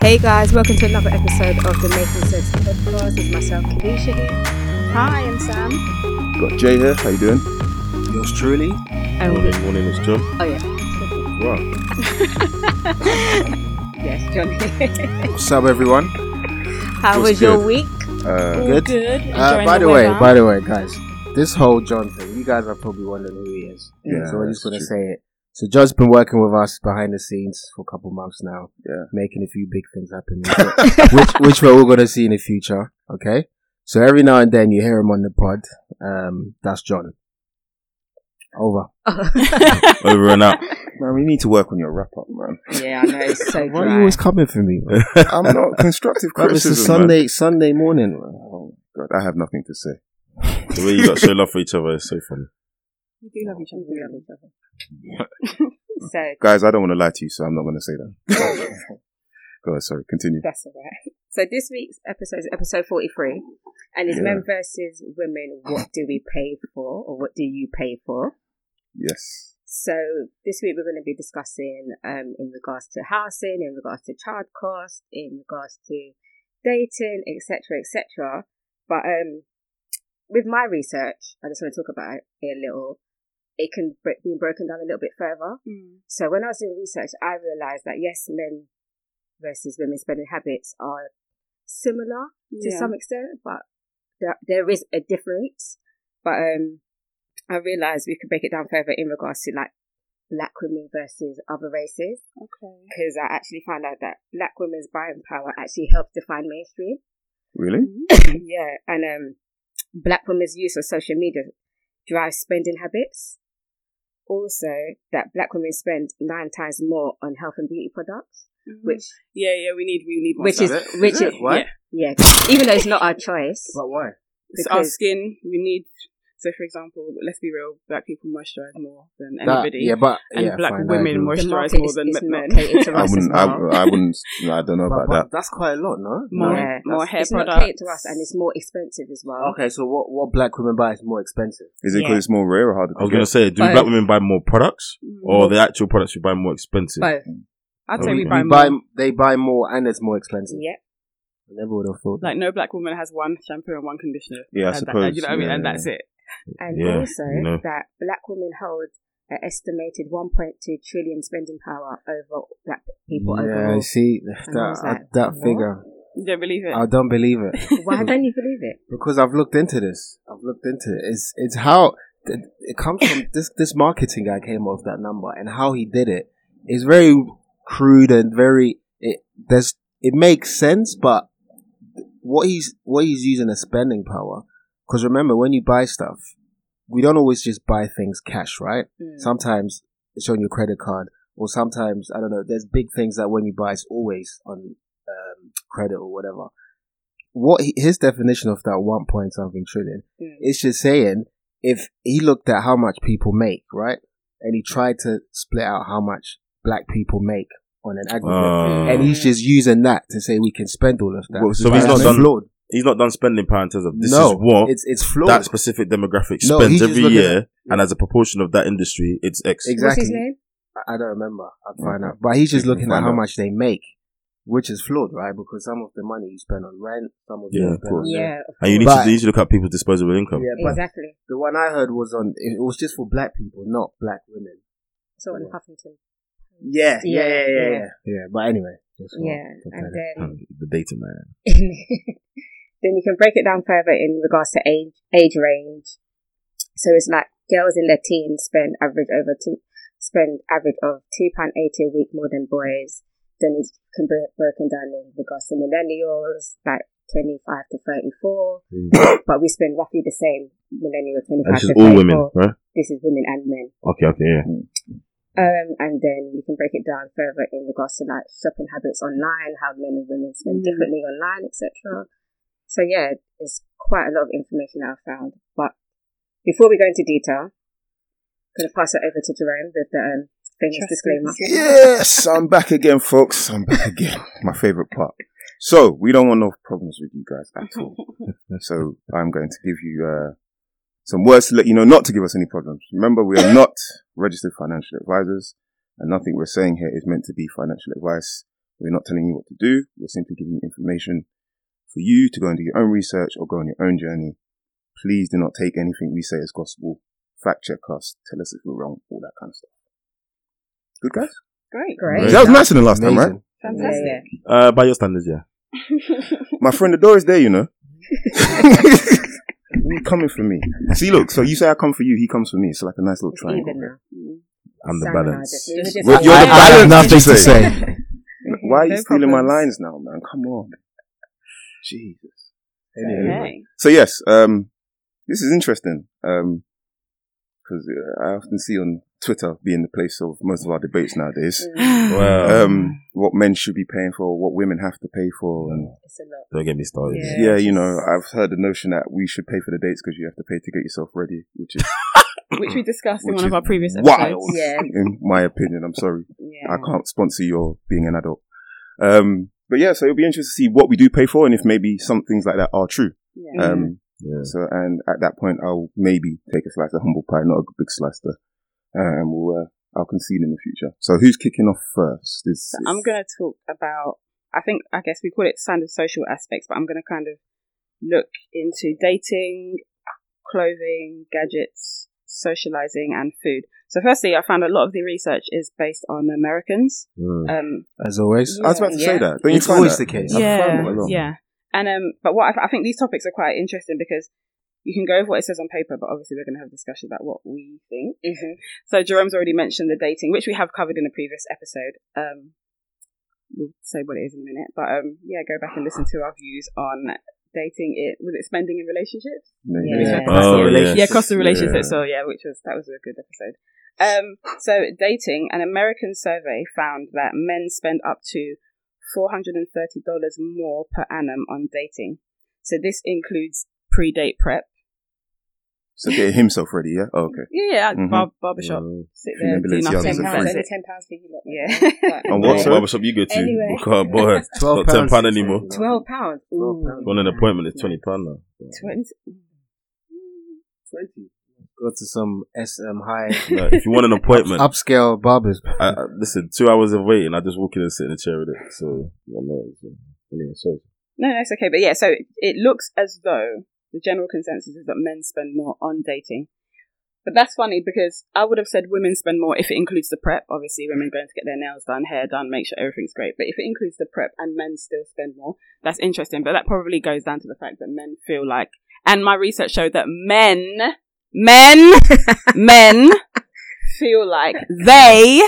Hey guys, welcome to another episode of the Making Sense podcast. It's myself, Kadisha here. Hi, I'm Sam. Got Jay here. How you doing? Yours truly. And we- Morning, morning, it's John. oh yeah, Right. yes, John here. What's up, everyone? How What's was your good? week? Uh, All good. good. Uh, Enjoying by the way, weather? by the way, guys, this whole John thing, you guys are probably wondering who he is. Yeah, so we're that's just gonna true. say it. So John's been working with us behind the scenes for a couple months now, Yeah. making a few big things happen, which which we're all gonna see in the future. Okay, so every now and then you hear him on the pod. Um, that's John. Over. Over and out. man, we need to work on your wrap up, man. yeah, I know it's so Why are you dry. always coming for me? Man? I'm not constructive Bro, it's a criticism. man. Sunday Sunday morning. man. Oh God, I have nothing to say. The way you got so love for each other is so funny. We do love each other. We love each other. so Guys, I don't want to lie to you, so I'm not going to say that. Go on, sorry, continue. that's all right. So this week's episode is episode forty-three, and it's Yeah. men versus women. What do we pay for, or what do you pay for? Yes. So this week we're going to be discussing um, in regards to housing, in regards to child cost, in regards to dating, etc., etc. But um, with my research, I just want to talk about it a little. It can br- be broken down a little bit further. So when I was doing research, I realized that yes, men versus women spending habits are similar to Yeah. some extent, but there, there is a difference. But um, I realized we could break it down further in regards to like black women versus other races Okay. because I actually found out that black women's buying power actually helps define mainstream. Really? yeah, and um, black women's use of social media drives spending habits. Also, that black women spend nine times more on health and beauty products, Mm. which Yeah, yeah, we need we need more Mm. which stuff. is which is, Why? yeah, even though it's not our choice. But why? It's our because- skin. We need so for example, let's be real, black people moisturize more than That- anybody. yeah, but and yeah, black fine, I women agree. The moisturize market more is- than is men. not catered to I us wouldn't. as I, well. I wouldn't. no, I don't know But- about but that. That's quite a lot, no? more No, that's- more hair It's not products. catered to us, and it's more expensive as well. Okay, so what, what black women buy is more expensive. Is it because Yeah. it's more rare or harder? I was to going to get? say, do But- black women buy more products Mm. or the actual products you buy more expensive? Both. I'd say Oh, we yeah. buy You more. buy, they buy more and it's more expensive. Yeah. I never would have thought. like no black woman has one shampoo and one conditioner. Yeah, I and that- suppose. you know what I mean, yeah, and yeah. that's it. and Yeah, also you know. that black women hold an estimated 1.2 trillion spending power over black people yeah, overall. see, And I was that, like, that, that what? figure, You don't believe it. I don't believe it. Why don't you believe it? because I've looked into this. I've looked into it. It's, it's how, it, it comes from, this, this marketing guy came off that number and how he did it is very crude and very, it, there's, it makes sense, but what he's what he's using as spending power. Because remember, when you buy stuff, we don't always just buy things cash, right? Mm. Sometimes it's on your credit card, or sometimes I don't know. There's big things that when you buy, it's always on um, credit or whatever. What he, his definition of that one point something trillion? Mm. It's just saying if he looked at how much people make, right, and he tried to split out how much black people make on an aggregate, Ah. and he's just using that to say we can spend all of that. Well, so he's That's not done- flawed. He's not done spending power in terms of this no, is what it's it's flawed. that specific demographic No, spends he's just every looking year, at- and as a proportion of that industry, it's X. What's Exactly. his name? I I don't remember. I'd find Okay. out. But he's just You looking can at find how out. much they make, which is flawed, right? Because some of the money you spend on rent, some of it Yeah, you of spend on Yeah, of And you need But- to you need to look at people's disposable income. Yeah, but exactly. the one I heard was on. It was just for black people, not black women. So on Huffington. Yeah, yeah, yeah, yeah, yeah. yeah. But anyway, just for- Yeah, okay. and then Um, The data man. then you can break it down further in regards to age age range. So it's like girls in their teens spend average over two spend average of two pound eighty a week more than boys. Then it can be broken down in regards to millennials, like twenty five to thirty four. but we spend roughly the same millennial twenty And five this Mm. is to all thirty women, four. right? This is women and men. Okay, okay, yeah. Um, and then you can break it down further in regards to like shopping habits online, how men and women spend Mm. differently online, etc. So yeah, it's quite a lot of information that I found. But before we go into detail, I'm gonna pass it over to Jerome with the um, famous Trust disclaimer. Yes, I'm back again, folks. I'm back again. My favorite part. So we don't want no problems with you guys at all. So I'm going to give you uh, some words to let you know not to give us any problems. Remember, we are not registered financial advisors, and nothing we're saying here is meant to be financial advice. We're not telling you what to do. We're simply giving you information for you to go and do your own research or go on your own journey. Please do not take anything we say as gospel. Fact check us. Tell us if we're wrong. All that kind of stuff. Good guys. Great. Great. That was nicer than last time, right? Amazing. Yeah, Fantastic. yeah. Uh, by your standards, yeah. My friend, the door is there. You know. you coming for me? See, look. So you say I come for you. He comes for me. It's like a nice little It's triangle. even now. Mm. I'm the Sam and I balance. just- we were just- Well, you're I, the I have balance, did nothing you to say? say. Why are you No stealing my problems. lines now, man? Come on. Jesus. Okay. So yes, um, this is interesting because uh, I often see on Twitter being the place of most of our debates nowadays. Well, Um, what men should be paying for, what women have to pay for, and It's a lot. don't get me started. Yeah. yeah, you know, I've heard the notion that we should pay for the dates because you have to pay to get yourself ready, which is Which we discussed in Which one of is our previous episodes. wild, Yeah. in my opinion. I'm sorry. Yeah. I can't sponsor your being an adult. Um, but yeah, so it'll be interesting to see what we do pay for and if maybe some things like that are true. Mm-hmm. Yeah. Um, Yeah. So, and at that point, I'll maybe take a slice of humble pie, not a big slice though, uh, and we'll, uh, I'll concede in the future. So, who's kicking off first? Is, So I'm going to talk about, I think, I guess we call it kind of social aspects, but I'm going to kind of look into dating, clothing, gadgets, socializing, and food. So, firstly, I found a lot of the research is based on Americans. Mm. Um, As always. I was about to say Yeah. that. Don't it's you find always that? the case. yeah, found that. yeah. And um, but what I, I think these topics are quite interesting because you can go with what it says on paper, but obviously we're going to have a discussion about what we think. Mhm. So Jerome's already mentioned the dating, which we have covered in a previous episode. Um, we'll say what it is in a minute, but um, yeah, go back and listen to our views on dating. It was it spending in relationships. Maybe. Yeah. Oh, Yeah, Relationships. cost of Yeah. relationships. So yeah, which was that was a good episode. Um, so dating, an American survey found that men spend up to four hundred and thirty dollars more per annum on dating. So this includes pre-date prep. So, get himself ready, yeah? Oh, okay. Yeah, Mm-hmm. Mhm. bar- barbershop, sit there, do Balenciagas nothing. is Ten a pounds, free. only that's it. ten pounds for you lot. Yeah. But- um, And And what, what sir? barbershop you go to? Anyway. You can't, boy. It's Twelve not ten pounds. pound anymore. Twelve pounds. Twelve Ooh. pounds. Go on an appointment it's twenty pound now. Twenty. Go to some SM high Like, if you want an appointment, upscale barbers. I, I, listen, two hours of waiting. I just walk in and sit in a chair with it. So, yeah, no, it's, uh, anyway, so No, that's okay. But yeah, so it, it looks as though the general consensus is that men spend more on dating. But that's funny because I would have said women spend more if it includes the prep. Obviously, women going to get their nails done, hair done, make sure everything's great. But if it includes the prep and men still spend more, that's interesting. But that probably goes down to the fact that men feel like, and my research showed that men, men, men feel like they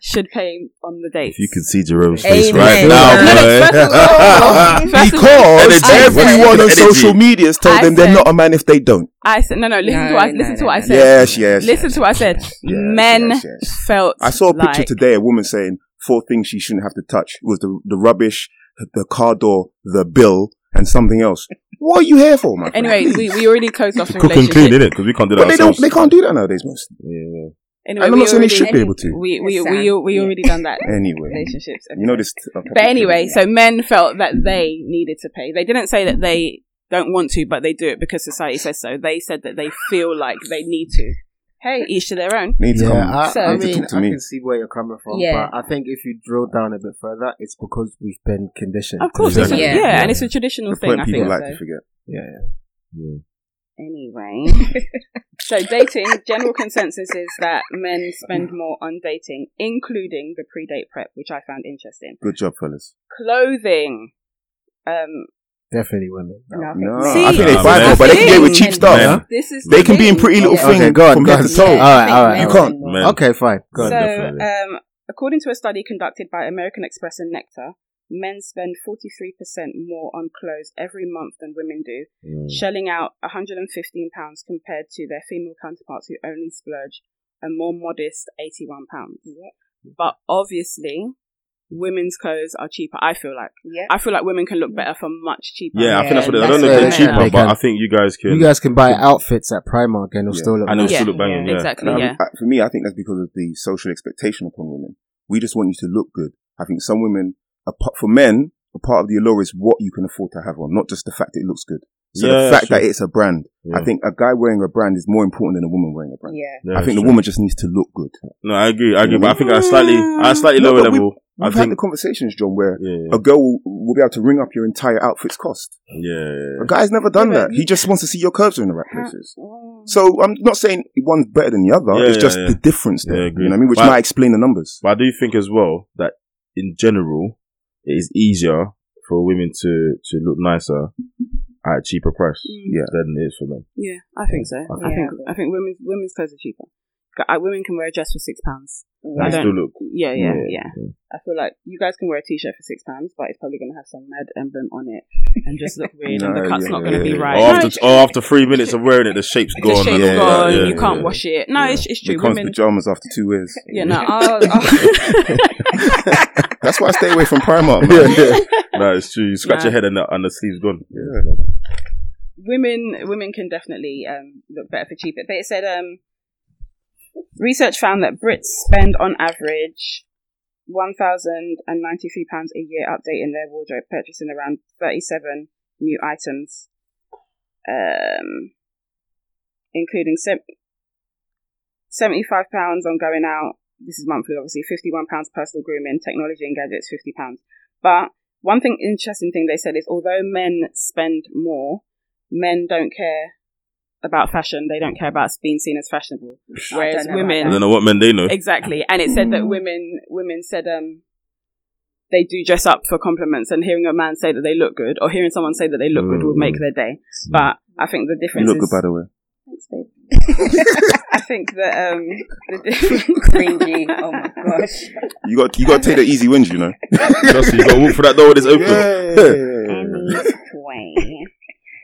should pay on the dates. if you could see Jerome's face Amen. right now, No, boy. First of all- Because Energy. everyone on Energy. social media has told I them they're said- not a man if they don't. I said, no, no, listen No, to what I, no, listen to no, what I no. said. yes, yes. Listen to what I said. yes, Men yes, yes. felt. I saw a picture like- today, a woman saying four things she shouldn't have to touch It was the, the rubbish, the car door, the bill, and something else. What are you here for, man? Anyway, we, we already closed off the Cook and relationship. clean, innit? Because we can't do that. But they don't. ourselves. They can't do that nowadays, most. Yeah, yeah. Anyway, and I'm we not saying they already, should be able to. we we Yes, we, Sam. we already done that. Anyway, relationships. you know this. But anyway, so men felt that they needed to pay. They didn't say that they don't want to, but they do it because society says so. They said that they feel like they need to. Hey, each to their own. need to Yeah, come. I, So, I I need to mean, talk to I me. can see where you're coming from, Yeah. but I think if you drill down a bit further, it's because we've been conditioned. Of course, Exactly. it's a, yeah, Yeah. and it's a traditional the thing. point I people think. like so. to forget. Yeah, Anyway, so dating, general consensus is that men Mm. spend more on dating, including the pre date prep, which I found interesting. Good job, fellas. Clothing. Um, yeah. definitely women. No. No, See, I think they Nah, find man. out, but they can get with cheap Men. stuff. Men. this is They can be in pretty little Yeah. thing Okay, go on, from go head on. to Yeah. toe. All right, all right. You can't. Man. Okay, fine. Go Good, so, ahead. definitely. um, according to a study conducted by American Express and Nectar, men spend 43% more on clothes every month than women do, Mm. shelling out £115 compared to their female counterparts who only splurge a more modest £81. But obviously, women's clothes are cheaper, I feel like. Yeah. I feel like women can look better for much cheaper. Yeah, I think that's what it, I Yeah, don't know that's if they're fair. cheaper, They but can. I think you guys can. you guys can buy outfits at Primark and it'll Yeah. still look. and it'll Yeah. still look banging. Yeah, Exactly, And I- yeah. I- for me, I think that's because of the social expectation upon women. We just want you to look good. I think some women, apart, for men, a part of the allure is what you can afford to have on, not just the fact it looks good. So Yeah, the fact sure. that it's a brand. Yeah. I think a guy wearing a brand is more important than a woman wearing a brand. Yeah. Yeah, I think the sure. woman just needs to look good. No, I agree. I agree, You know but I what think at a slightly, at a slightly No, lower but we- level. We've I had think- the conversations, John, where Yeah, yeah, a girl will, will be able to ring up your entire outfit's cost. yeah. A guy's never done Yeah, that. He just wants to see your curves in the right places. Oh. So I'm not saying one's better than the other. Yeah, it's yeah, just yeah. the difference there. Yeah, you agreed. know what I mean? Which But- might explain the numbers. But I do think as well that in general, it is easier for women to to look nicer at a cheaper price Mm. Yeah. than it is for men. Yeah, I think so. I Yeah. think I think women's women's clothes are cheaper. I, women can wear a dress for six pounds. I I don't- still look. Yeah, yeah, Yeah, yeah, I feel like you guys can wear a t-shirt for six pounds, but it's probably going to have some mad emblem on it and just look weird, and the No, cut's yeah, not going to yeah, be yeah. right. Or No, after, or after three minutes of wearing it, the shape's the gone. shape's yeah, gone. yeah, you yeah, can't yeah. wash it. No, it's it's true. Becomes Women, pajamas after two wears. yeah, no. I'll, I'll That's why I stay away from Primark. Yeah, Man. yeah. no, it's true. You scratch Nah. your head and the, and the sleeve's gone. women women can definitely um, look better for cheaper. But it said um, research found that Brits spend on average one thousand and ninety three pounds a year updating their wardrobe, purchasing around thirty seven new items, um, including seventy five pounds on going out. This is monthly, obviously. Fifty one pounds personal grooming, technology and gadgets, fifty pounds. But one thing interesting thing they said is although men spend more, men don't care about fashion. They don't care about being seen as fashionable. Whereas know about I women, don't know what men they know. exactly. And it said that Hmm. women, women said, um, they do dress up for compliments, and hearing a man say that they look good, or hearing someone say that they look good, will make Hmm. their day. But I think the You difference look good, is. by the way. Thanks, babe. I think that um, the Cringy. difference. Oh my gosh. You got you got to take the easy wins, you know. Trust me, you got to walk through that door when it's open. Emmy's way.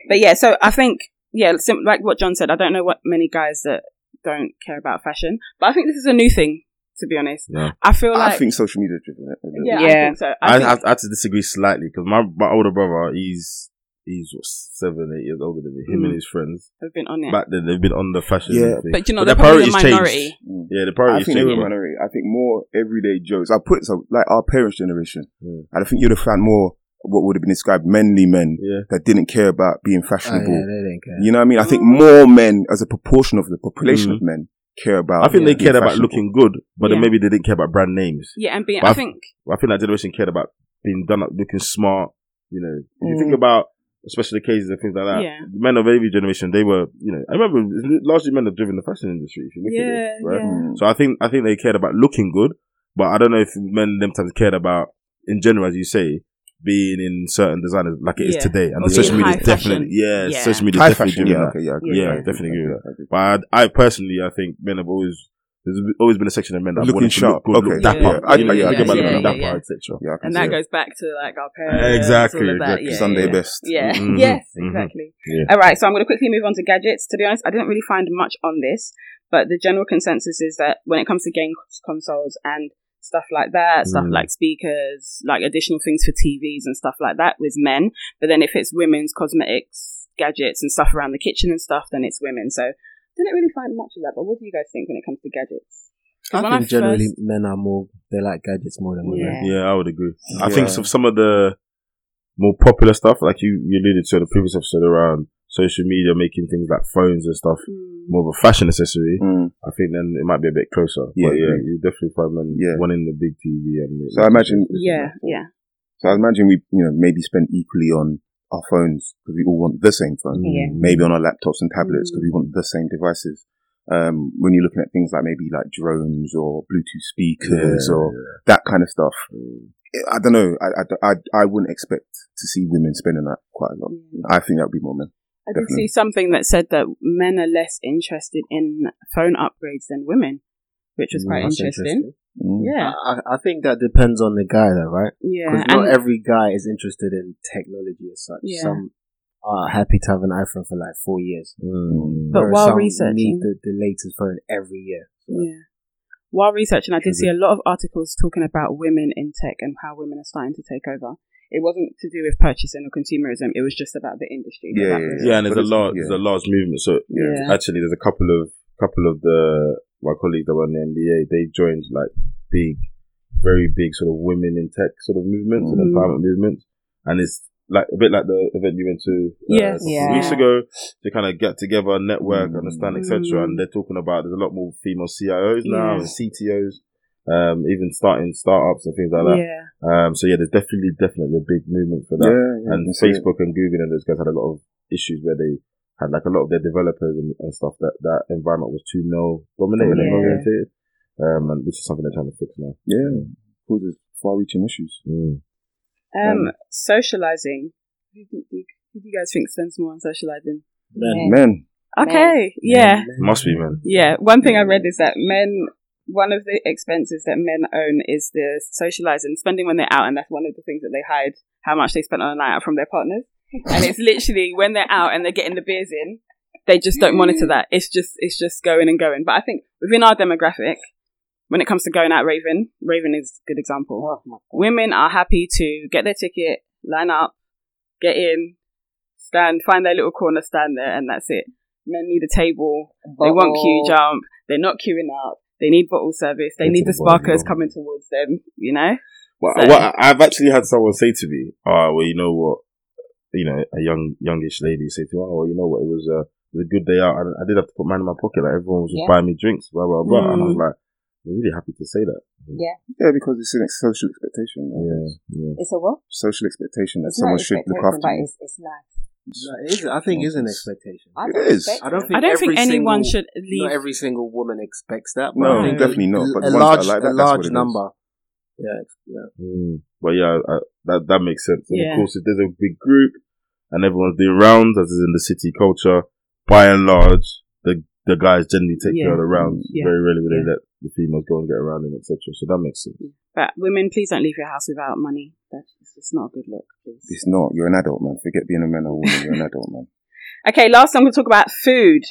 But yeah, so I think yeah, sim- like what John said, I don't know what many guys that don't care about fashion, but I think this is a new thing. To be honest, Yeah. I feel like I think social media is driven. it a little yeah, I Yeah. think so. I I, think, have, I have to disagree slightly because my, my older brother, he's he's what, seven, eight years older than me. Him Mm. and his friends I've been on it, back then they've been on the fashion. Yeah. thing. but you know, But their they're probably the priorities changed. minority. bit. yeah, the I priorities think they were changed. minority. I think more everyday Joes. I put so like our parents' generation. Mm. And I think you'd have found more what would have been described manly men Yeah, that didn't care about being Oh, yeah, fashionable. they didn't care. You know what I mean? I think more men, as a proportion of the population Mm. of men, care about. I think they being cared about fashionable. looking good, but then Yeah. maybe they didn't care about brand names. Yeah, and being, But I I've- think I think that generation cared about being done up, looking smart. You know, if you think about especially the cases and things like that, Mm. Yeah. the men of every generation, they were, you know, I remember largely men have driven the fashion industry. If you look Yeah, at it, right? yeah. Mm. So I think I think they cared about looking good, but I don't know if men them times cared about in general, as you say, being in certain designers like it is Yeah. today. And Or the social being media high is definitely fashion. yeah, Yeah. social media High is definitely fashion. doing Yeah, that. okay, yeah, I agree, Yeah, I agree, definitely agree with I agree. But I, I personally, I think men have always there's always been a section of men that Looking wanted sharp. to look good, look Okay. dapper. Yeah. I- you know, yeah, think yeah, about yeah, looking yeah, dapper, yeah. etc. Yeah, I can and see that it. goes back to like our parents, Exactly, all of that. exactly. Yeah, Sunday yeah. best. Yeah. Mhm. Yes. Mhm. Exactly. Yeah. All right. So I'm going to quickly move on to gadgets. To be honest, I didn't really find much on this, but the general consensus is that when it comes to game cons- consoles and stuff like that, stuff Mm. like speakers, like additional things for TVs and stuff like that, with men. But then if it's women's cosmetics, gadgets, and stuff around the kitchen and stuff, then it's women. So didn't really find much of that. But what do you guys think when it comes to gadgets? 'Cause when I think generally first- men are more they like gadgets more than women. Yeah. Yeah, I would agree. I Yeah. think some some of the more popular stuff, like you, you alluded to in the previous episode around social media, making things like phones and stuff Mm. more of a fashion accessory. Mm. I think then it might be a bit closer. Yeah, but yeah, agreed. you definitely find men Yeah. wanting the big TV and So I imagine- Yeah. Yeah. So I imagine we, you know, maybe spend equally on our phones because we all want the same phone. Mm. Yeah. Maybe on our laptops and tablets because we want the same devices. Um, when you're looking at things like maybe like drones or Bluetooth speakers or that kind of stuff, I don't know. I, I, I, I wouldn't expect to see women spending that quite a lot. I think that would be more men. I did see Definitely. something that said that men are less interested in phone upgrades than women, which was quite That's interesting. Mm. Yeah, I, I think that depends on the guy, though, right? yeah, Because and not every guy is interested in technology as such. Yeah. Some are happy to have an iPhone for like four years, Mm. whereas But while some need researching- the, the latest phone every year. yeah. While researching, I did see a lot of articles talking about women in tech and how women are starting to take over. It wasn't to do with purchasing or consumerism; it was just about the industry. That Yeah, yeah, was- Yeah, and there's a But it's- large yeah. there's a large movement. So Yeah. actually, there's a couple of couple of the my colleagues that were in the NBA. They joined like big, very big sort of women in tech sort of movements Mhm. and empowerment movements, and it's like a bit like the event you went to uh, Yeah. a couple of Yeah. weeks ago to kind of get together, network, Mm. understand, Mm. etc. And they're talking about there's a lot more female CIOs now Yeah. and CTOs. um, even starting startups and things like that. yeah. Um, so yeah, there's definitely, definitely a big movement for Yeah, that. yeah, and you see it. Facebook and Google and those guys had a lot of issues where they had like a lot of their developers and, and stuff that that environment was too male dominated and Yeah. oriented, um, and which is something they're trying to fix now. Yeah, causes far-reaching issues. Mm. Um, socializing. Who do, you- who do you guys think spends more on socializing? Men. Men, Okay, yeah, Must be man. yeah. One thing I read is that men, one of the expenses that men own is the socializing, spending when they're out, and that's one of the things that they hide how much they spent on a night out from their partners. And it's literally when they're out and they're getting the beers in, they just don't monitor that. It's just it's just going and going. But I think within our demographic, when it comes to going out, Raven, Raven is a good example. Oh my women are happy to get their ticket, line up, get in, stand, find their little corner, stand there, and that's it. Men need a table. They want queue jump. They're not queuing up. They need bottle service. They Into need the the bottle, sparkers yeah. coming towards them. You know. Well, So- well, I've actually had someone say to me, "Ah, well, you know what? You know, a young, youngish lady say to me, "Oh, well, you know what? It was a, it was a good day out, and I did have to put mine in my pocket. Like everyone was just Yeah. buying me drinks, blah blah blah." And I was Mm. like, "I'm really happy to say that." yeah, because it's an ex- social expectation. man. Yeah, yeah. It's a what? Social expectation that It's someone not should look expectation, after but you. it's, it's nice. No, it is, I think it is an expectation. I It don't is. expect I it. don't think I don't every think anyone single- should leave. Not every single woman expects that. but No, I think definitely not, but a the ones that large, like a that, that's large what it is. number. Yeah, it's- yeah. Mm. But yeah, I, that that makes sense. And Yeah. of course, if there's a big group and everyone's doing rounds, as is in the city culture, by and large, the the guys generally take care of the rounds. Yeah. Very rarely will they let the females go and get around and etc. So that makes sense. but women, please don't leave your house without money. That's just not a good look. Please. It's not. You're an adult, man. Forget being a man or a woman. You're an adult, man. Okay, last I'm going to talk about food.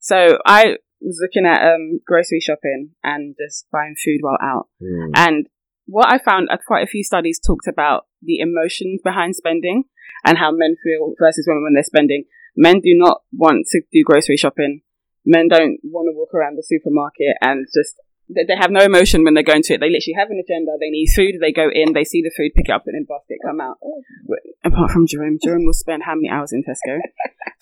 So I was looking at um, grocery shopping and just buying food while out. Mm. And what I found uh, quite a few studies talked about the emotions behind spending and how men feel versus women when they're spending. Men do not want to do grocery shopping. Men don't want to walk around the supermarket and just they they have no emotion when they're going to it. They literally have an agenda. They need food. They go in. They see the food, pick it up, put it in a basket, come out. Apart from Jerome, Jerome will spend how many hours in Tesco?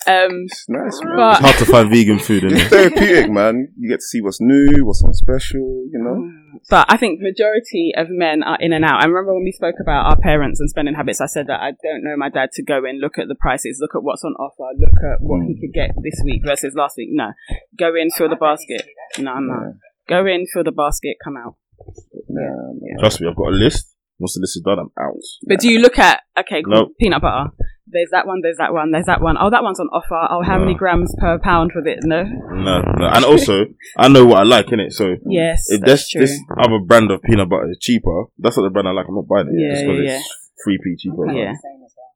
Um, It's nice, man. But- it's hard to find vegan food in It's it. therapeutic, man. You get to see what's new, what's on special. You know, But I think majority of men are in and out. I remember when we spoke about our parents and spending habits, I said that I don't know my dad to go in, look at the prices, look at what's on offer, look at what he could get this week versus last week. No. Go in, fill the basket. No, no. Go in, fill the basket, come out. nah, man. Trust me, I've got a list. Once the list is done, I'm out. But do you look at okay, cool, Nope. peanut butter? There's that one, there's that one, there's that one. Oh, that one's on offer. Oh, how many No. grams per pound for it? No. No, no. And also, I know what I like in it. So Yes, if that's this true. this other brand of peanut butter is cheaper, that's not the brand I like. I'm not buying it. Yeah, just because yeah, it's three p cheaper. Yeah.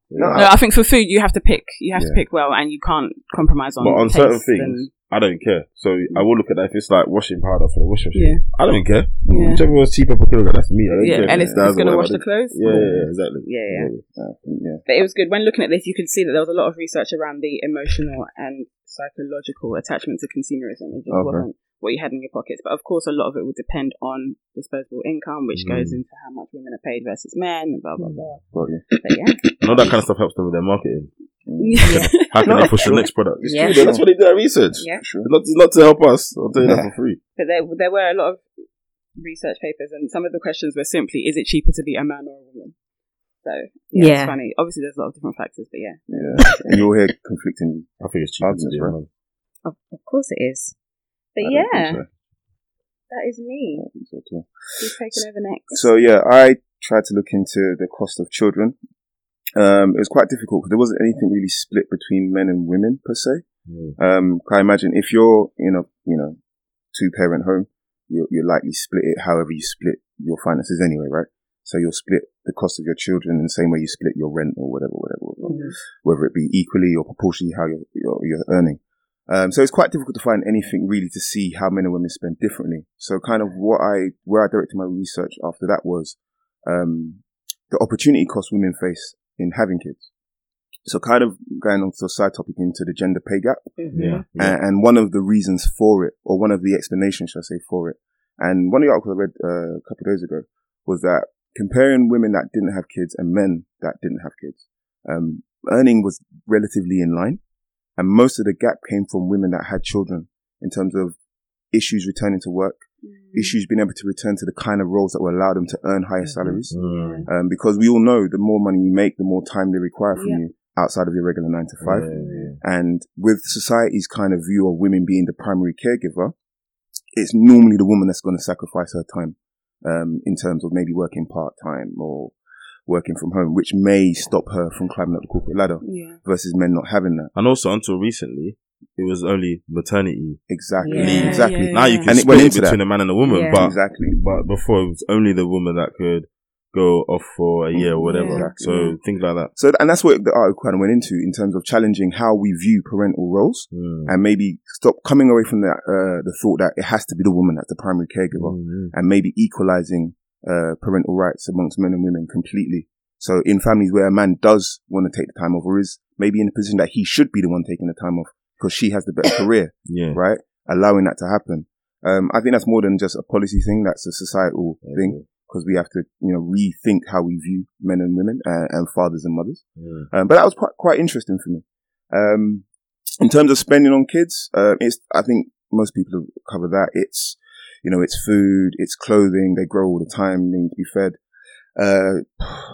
No, No, I think for food you have to pick. You have to Yeah. pick well, and you can't compromise on. But on certain um, taste things, I don't care. So I will look at that if it's like washing powder for the washing machine. and- I don't care. Yeah. Whichever was cheaper per kilogram, that's me. I yeah, don't yeah, care. and it's, it's going to wash the the. clothes. Yeah, yeah, yeah, exactly. Yeah, yeah. Uh, yeah. But it was good. When looking at this, you can see that there was a lot of research around the emotional and psychological attachment to consumerism. It just Okay. wasn't what you had in your pockets. But of course, a lot of it will depend on disposable income, which goes Mm. into how much women are paid versus men, and blah, blah, blah. Got you. But yeah. And all that kind of stuff helps them with their marketing. Mm. yeah. How can they push the next product? It's Yeah. true, though. That's what they do at research. Yeah. Sure. Not, not to help us. I'll tell you that for free. But there, there were a lot of research papers, and some of the questions were simply, is it cheaper to be a man or a woman? So, yeah, Yeah. it's funny. Obviously, there's a lot of different factors, but yeah. Yeah. and you'll hear conflicting. I think it's cheaper. Bugs to is be a right. man. Of, of course it is. But I don't think yeah, so. that is me. I don't think so at all. Who's taking over next? So yeah, I tried to look into the cost of children. Um, it was quite difficult because there wasn't anything really split between men and women per se. Mm. Um, can I imagine if you're in a you know two parent home, you're, you're likely split it however you split your finances anyway, right? So you'll split the cost of your children in the same way you split your rent or whatever, whatever, whatever whether it be equally or proportionally how you're, you're, you're earning. Um, so it's quite difficult to find anything really to see how men and women spend differently. So kind of what I, where I directed my research after that was, um, the opportunity cost women face in having kids. So kind of going on to a side topic into the gender pay gap Yeah. and, and one of the reasons for it, or one of the explanations, should I say, for it, and one of the articles I read uh, a couple of days ago was that comparing women that didn't have kids and men that didn't have kids, um, earning was relatively in line, and most of the gap came from women that had children in terms of issues returning to work, issues being able to return to the kind of roles that will allow them to earn higher salaries. Mm. Um, because we all know the more money you make, the more time they require from Yeah. you outside of your regular nine to five. Yeah. And with society's kind of view of women being the primary caregiver, it's normally the woman that's going to sacrifice her time um, in terms of maybe working part time or working from home, which may stop her from climbing up the corporate ladder Yeah. versus men not having that. And also, until recently, it was only maternity. Exactly. Yeah, exactly. yeah, Now you can And it split went it into between that. a man and a woman, Yeah. but Exactly. but before it was only the woman that could go off for a year or whatever. Yeah. So things like that. So, and that's what the article kind of went into in terms of challenging how we view parental roles Mm. and maybe stop coming away from that, uh, the thought that it has to be the woman that's the primary caregiver. Mm. and maybe equalizing uh, parental rights amongst men and women completely. So in families where a man does want to take the time off or is maybe in a position that he should be the one taking the time off because she has the better career, Yeah. right? Allowing that to happen. Um, I think that's more than just a policy thing. That's a societal thing because we have to, you know, rethink how we view men and women uh, and fathers and mothers. Mm. Um, but that was quite, quite interesting for me. Um, in terms of spending on kids, uh, it's, I think most people have covered that. It's, you know, it's food, it's clothing, they grow all the time, they need to be fed. Uh,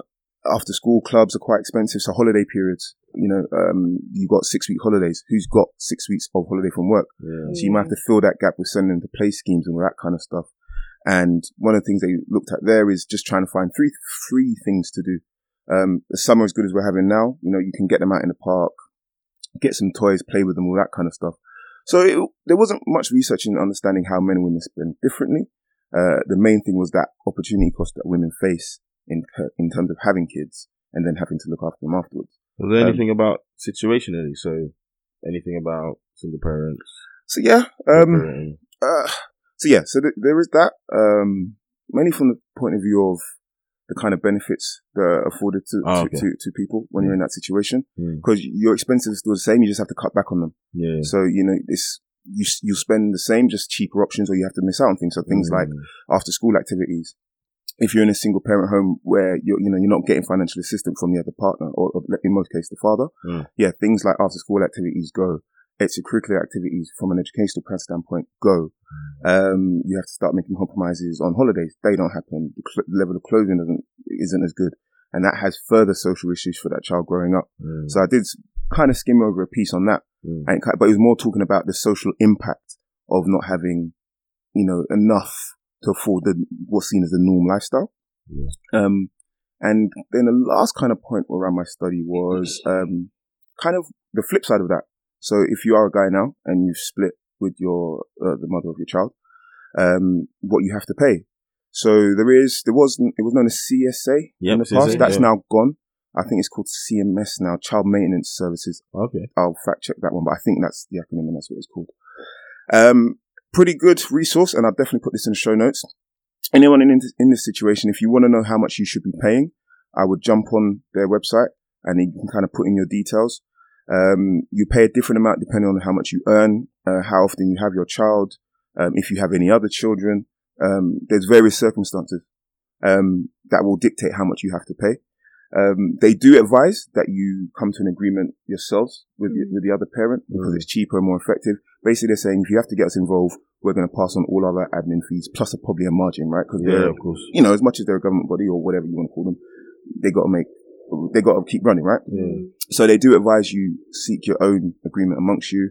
after school clubs are quite expensive, so holiday periods, you know, um, you got six week holidays. Who's got six weeks of holiday from work? Yeah. So you might have to fill that gap with sending them to play schemes and all that kind of stuff. And one of the things they looked at there is just trying to find three three things to do. Um, the summer as good as we're having now, you know, you can get them out in the park, get some toys, play with them, all that kind of stuff. So it, there wasn't much research in understanding how men and women spend differently. Uh, the main thing was that opportunity cost that women face in in terms of having kids and then having to look after them afterwards. Was there Um, anything about situationally? So anything about single parents? So yeah, um, parenting? uh, so yeah, so th- there is that. Um, mainly from the point of view of the kind of benefits that are afforded to Ah, to, okay. to, to people when you're in that situation, Mm. because your expenses are still the same. You just have to cut back on them. yeah. So you know this. You, s- you spend the same, just cheaper options, or you have to miss out on things. So things like Mm. after school activities. If you're in a single parent home where you're, you know, you're not getting financial assistance from the other partner or, or in most cases the father, Mm. yeah, things like after school activities go, extracurricular activities from an educational plan standpoint go. Um, you have to start making compromises on holidays. They don't happen. The cl- level of clothing doesn't, isn't as good. And that has further social issues for that child growing up. Mm. So I did s- kind of skim over a piece on that, Mm. and it ki- but it was more talking about the social impact of not having, you know, enough to afford the what's seen as the norm lifestyle. Yeah. Um, and then the last kind of point around my study was Mm. um, kind of the flip side of that. So if you are a guy now and you've split with your uh, the mother of your child, um, what you have to pay. So there is there was it was known as CSA Yep, in the CSA, past. That's yeah. now gone. I think it's called CMS now, Child Maintenance Services. okay. I'll fact check that one, but I think that's the acronym and that's what it's called. Um, pretty good resource, and I'll definitely put this in the show notes. Anyone in in this situation, if you want to know how much you should be paying, I would jump on their website and you can kind of put in your details. Um, you pay a different amount depending on how much you earn, uh, how often you have your child, um, if you have any other children. Um, there's various circumstances um, that will dictate how much you have to pay. Um, they do advise that you come to an agreement yourselves with Mm. with the other parent because Mm. it's cheaper and more effective. Basically, they're saying if you have to get us involved, we're going to pass on all other admin fees plus a, probably a margin, right? Because Yeah, they're of course. you know as much as they're a government body or whatever you want to call them, they got to make they got to keep running, right? Yeah. So they do advise you seek your own agreement amongst you.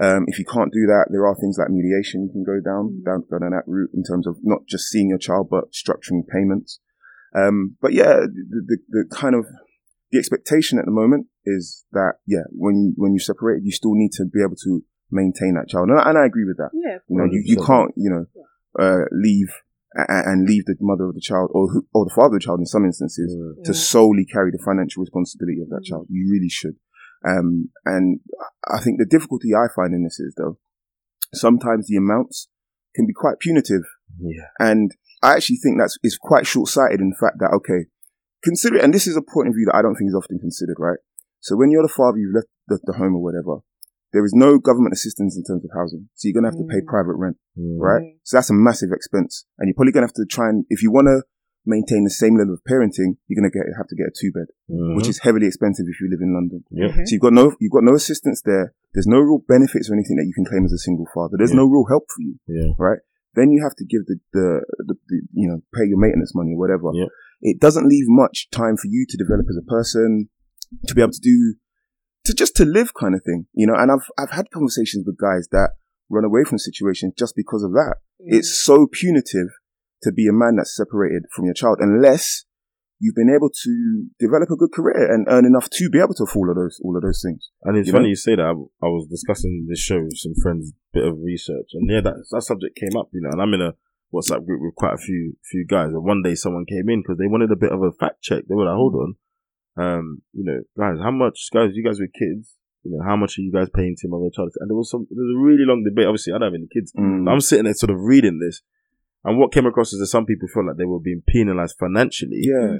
Um, if you can't do that, there are things like mediation you can go down, down, go down that route in terms of not just seeing your child, but structuring payments. Um, but yeah, the, the, the kind of, the expectation at the moment is that, yeah, when, when you separate, you still need to be able to maintain that child. And I, and I agree with that. Yeah. You know, you, you can't, you know, uh, leave and, and leave the mother of the child or, who, or the father of the child in some instances Mm. to solely carry the financial responsibility of that child. You really should. Um, and I- I think the difficulty I find in this is though, sometimes the amounts can be quite punitive. Yeah. And I actually think that's, is quite short sighted in the fact that, okay, consider it. And this is a point of view that I don't think is often considered, right? So when you're the father, you've left the, the home or whatever. There is no government assistance in terms of housing. So you're going to have to pay Mm. private rent Mm. right? Mm. So that's a massive expense, and you're probably gonna have to try and if you want to maintain the same level of parenting, you're gonna get have to get a two bed, Mhm. which is heavily expensive if you live in London. yeah. Mhm. So you've got no you've got no assistance there. There's no real benefits or anything that you can claim as a single father. There's Yeah. no real help for you, Yeah. right? Then you have to give the, the, the, the you know, pay your maintenance money or whatever. Yeah. It doesn't leave much time for you to develop as a person, to be able to do, to just to live kind of thing, you know, and I've, I've had conversations with guys that run away from situations just because of that. It's so punitive to be a man that's separated from your child unless you've been able to develop a good career and earn enough to be able to afford all of those, all of those things. And it's You funny know? you say that. I, I was discussing this show with some friends, bit of research, and yeah, that that subject came up, you know. And I'm in a WhatsApp group with quite a few few guys, and one day someone came in because they wanted a bit of a fact check. They were like, "Hold on, Hmm. um, you know, guys, how much, guys, you guys with kids, you know, how much are you guys paying to mother child?" And there was some, there was a really long debate. Obviously, I don't have any kids, but I'm sitting there sort of reading this, and what came across is that some people felt like they were being penalized financially Yeah.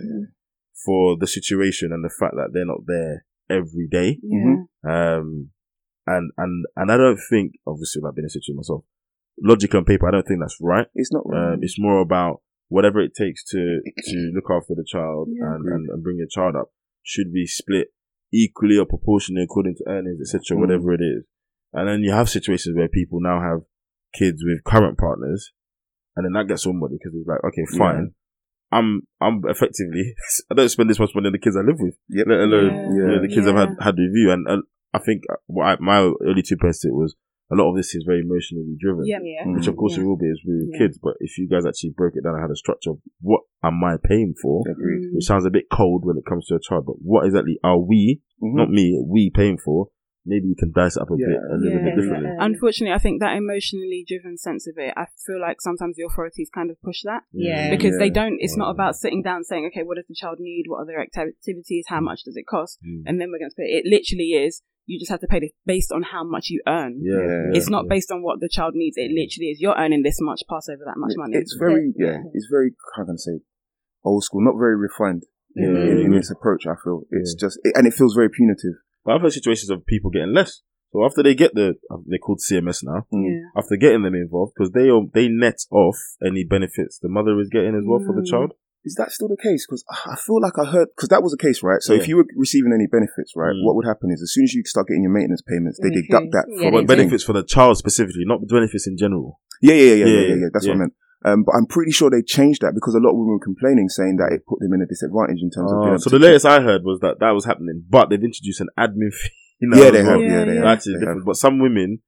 for the situation and the fact that they're not there every day. Yeah. Mm-hmm. Um, and and and I don't think, obviously, I've been in a situation myself. Logic on paper, I don't think that's right. It's not right. Um, it's more about whatever it takes to to look after the child Yeah. and, and and bring your child up should be split equally or proportionally according to earnings, etc. Mm. Whatever it is, and then you have situations where people now have kids with current partners, and then that gets somebody because it's like, okay, Yeah. fine. I'm I'm effectively I don't spend this much money on the kids I live with, Yep. let alone Yeah. you know, the kids Yeah. I've had had with you. And, and I think uh, what I, my early two past it was a lot of this is very emotionally driven, Yeah. Yeah. Mm. which of course Yeah. it will be as with Yeah. kids. But if you guys actually broke it down and had a structure of what am I paying for, Agreed. Mm. which sounds a bit cold when it comes to a child, but what exactly are we, Mhm. not me, we paying for? Maybe you can dice it up a bit a little Yeah. bit differently. Um, Unfortunately, I think that emotionally driven sense of it, I feel like sometimes the authorities kind of push that Yeah. because they Yeah. don't. It's Yeah. not about sitting down and saying, okay, what does the child need? What are their acti- activities? How much does it cost? Mm. And then we're going to pay. It literally is. You just have to pay this based on how much you earn. Yeah, Yeah. It's not based on what the child needs. It literally is. You're earning this much. Pass over that much money. It's very, yeah, it's very, how can I say, old school, not very refined Yeah, Mm. in, yeah, in yeah. this approach, I feel. It's just, it, and it feels very punitive. But I've had situations of people getting less. So after they get the, uh, they're called CMS now. yeah. After getting them involved, because they um, they net off any benefits the mother is getting as well for the Mm. child. Is that still the case? Because I feel like I heard, because that was the case, right? So Yeah. if you were receiving any benefits, right, Mm. what would happen is as soon as you start getting your maintenance payments, they Okay. deduct that Mm-hmm. Yeah, they But from the do. thing. benefits for the child specifically, not benefits in general. Yeah, yeah, yeah, yeah, Yeah, yeah, yeah. yeah, That's what yeah. I meant. Um, but I'm pretty sure they changed that because a lot of women were complaining, saying that it put them in a disadvantage in terms of Ah, being able so to the latest I heard was that that was happening, but they've introduced an admin fee. now yeah, as they well. have. Yeah, Yeah, they yeah. have. That's they different. have. But some women,